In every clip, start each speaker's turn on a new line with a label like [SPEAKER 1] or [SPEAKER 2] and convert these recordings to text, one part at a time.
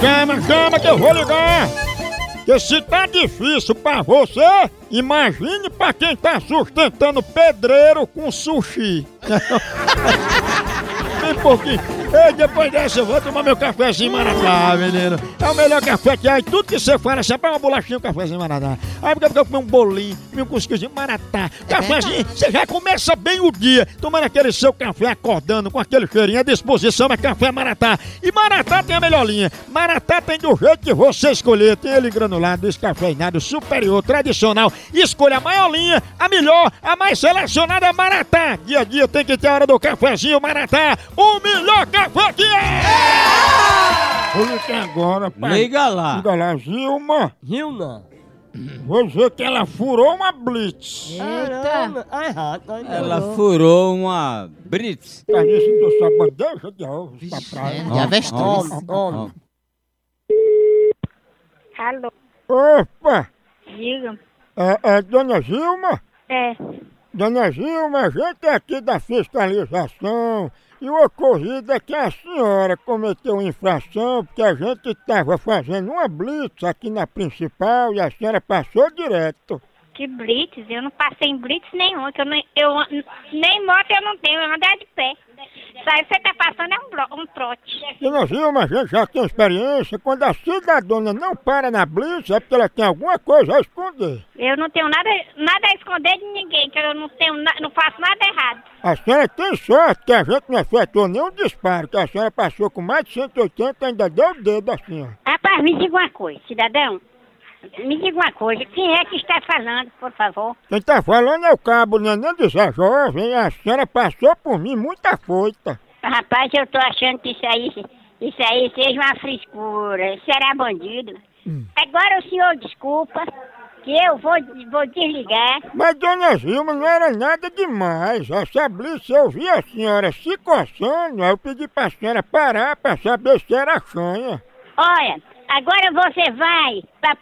[SPEAKER 1] Chama, chama que eu vou ligar! Que se tá difícil pra você, imagine pra quem tá sustentando pedreiro com sushi. Bem pouquinho. Ei, depois dessa eu vou tomar meu cafezinho maratá, menino. É o melhor café que há. E tudo que você fala, você pega uma bolachinha, um cafezinho maratá. Aí porque eu comi um bolinho, comi um cuscuzinho maratá. Cafezinho, você já começa bem o dia, tomando aquele seu café, acordando com aquele cheirinho à disposição, é café maratá. E maratá tem a melhor linha. Maratá tem do jeito que você escolher. Tem ele granulado, descafeinado, superior, tradicional. Escolha a maior linha, a melhor, a mais selecionada é maratá. Dia a dia tem que ter a hora do cafezinho maratá. O melhor café que é! Vou ligar agora, pai.
[SPEAKER 2] Ah! Liga lá.
[SPEAKER 1] Liga lá, Gilma.
[SPEAKER 2] Gilna.
[SPEAKER 1] Vou dizer que ela furou uma blitz.
[SPEAKER 3] Eita!
[SPEAKER 2] Ai, rato, ai, Ela furou uma Brits.
[SPEAKER 1] Tá nisso que sua bandeja de ovos pra
[SPEAKER 2] é,
[SPEAKER 1] praia.
[SPEAKER 3] De avestruz.
[SPEAKER 2] Homem, homem.
[SPEAKER 4] Alô,
[SPEAKER 1] Opa!
[SPEAKER 4] Tá diga.
[SPEAKER 1] É, é, dona Gilma?
[SPEAKER 4] É,
[SPEAKER 1] Dona Gilma, a gente é aqui da fiscalização e o ocorrido é que a senhora cometeu infração porque a gente estava fazendo uma blitz aqui na principal e a senhora passou direto.
[SPEAKER 4] que blitz? Eu não passei em blitz nenhum, que eu, não, eu an- nem moto eu não tenho, eu andar de pé. Isso aí você tá passando é um, bro, um trote.
[SPEAKER 1] Dona Gilma, a gente já tem experiência, quando a cidadona não para na blitz é porque ela tem alguma coisa a esconder.
[SPEAKER 4] Eu não tenho nada, nada a esconder de ninguém, que eu não tenho, na- não faço nada errado.
[SPEAKER 1] A senhora tem sorte que a gente não efetuou nenhum disparo, que a senhora passou com mais de 180 e ainda deu o dedo à senhora.
[SPEAKER 4] Rapaz, me diga uma coisa, cidadão. Me diga uma coisa, quem é que está falando, por favor?
[SPEAKER 1] Quem tá falando é o cabo Neném de Zé Jovem, a senhora passou por mim muita foita.
[SPEAKER 4] Rapaz, eu tô achando que isso aí, isso aí seja uma frescura. Isso era bandido. Agora o senhor desculpa que eu vou, vou desligar.
[SPEAKER 1] Mas dona Zilma não era nada demais. Essa blitz eu vi a senhora se coçando, aí eu pedi pra senhora parar pra saber se era chanha.
[SPEAKER 4] Olha, agora você vai pra p...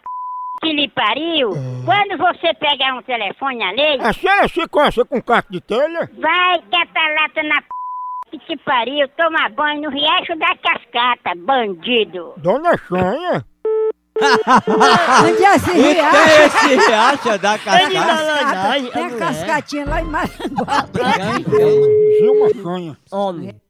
[SPEAKER 4] que lhe pariu. Quando você pegar um telefone alheio,
[SPEAKER 1] A senhora se coça com caco de telha?
[SPEAKER 4] vai catar lata na p... que te pariu, toma banho no riacho da cascata, bandido.
[SPEAKER 1] Dona Chanha?
[SPEAKER 5] Onde é esse
[SPEAKER 2] E
[SPEAKER 5] riacho?
[SPEAKER 2] tem esse riacha da cascata.
[SPEAKER 5] Cascata. Tem a cascatinha lá em Maranguá.
[SPEAKER 1] Zilma Chanha.
[SPEAKER 2] Homem.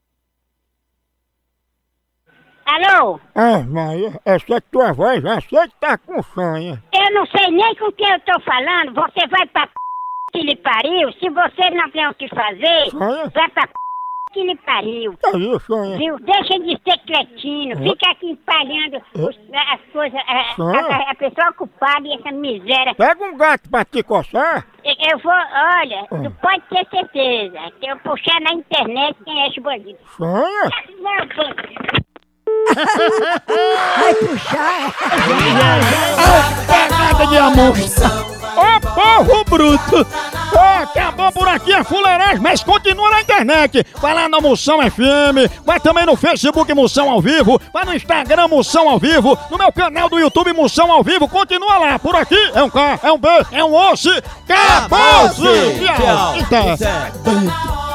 [SPEAKER 4] Alô?
[SPEAKER 1] Ah, Maria, essa tua voz já sei que tá com chanha.
[SPEAKER 4] Eu não sei nem com quem eu tô falando. Você vai pra p... que lhe pariu. Se você não tem o que fazer,
[SPEAKER 1] Chanha?
[SPEAKER 4] vai pra p... que lhe pariu.
[SPEAKER 1] Tá aí, chanha.
[SPEAKER 4] Viu? Deixa de ser cretino. Fica aqui espalhando os- as coisas. A, a- a- a pessoa ocupada e essa miséria.
[SPEAKER 1] Pega um gato pra te coçar.
[SPEAKER 4] E- Eu vou, olha,
[SPEAKER 1] Hum.
[SPEAKER 4] tu pode ter certeza que eu puxar na internet quem é esse bandido.
[SPEAKER 1] Chanha?
[SPEAKER 4] Não, bandido.
[SPEAKER 5] Vai puxar.
[SPEAKER 1] Pegada é de amor. Ô porro bruto! Ô, acabou por aqui a fuleiragem, mas continua na internet. Vai lá no Moção FM, vai também no Facebook Moção ao Vivo, vai no Instagram Moção ao Vivo, no meu canal do YouTube Moção ao Vivo, continua lá. Por aqui é um K, é um B, é um osso. Acabou-se! Então,
[SPEAKER 2] Acabou-se! Tchau.
[SPEAKER 1] Eita.
[SPEAKER 2] Zé.
[SPEAKER 3] Tá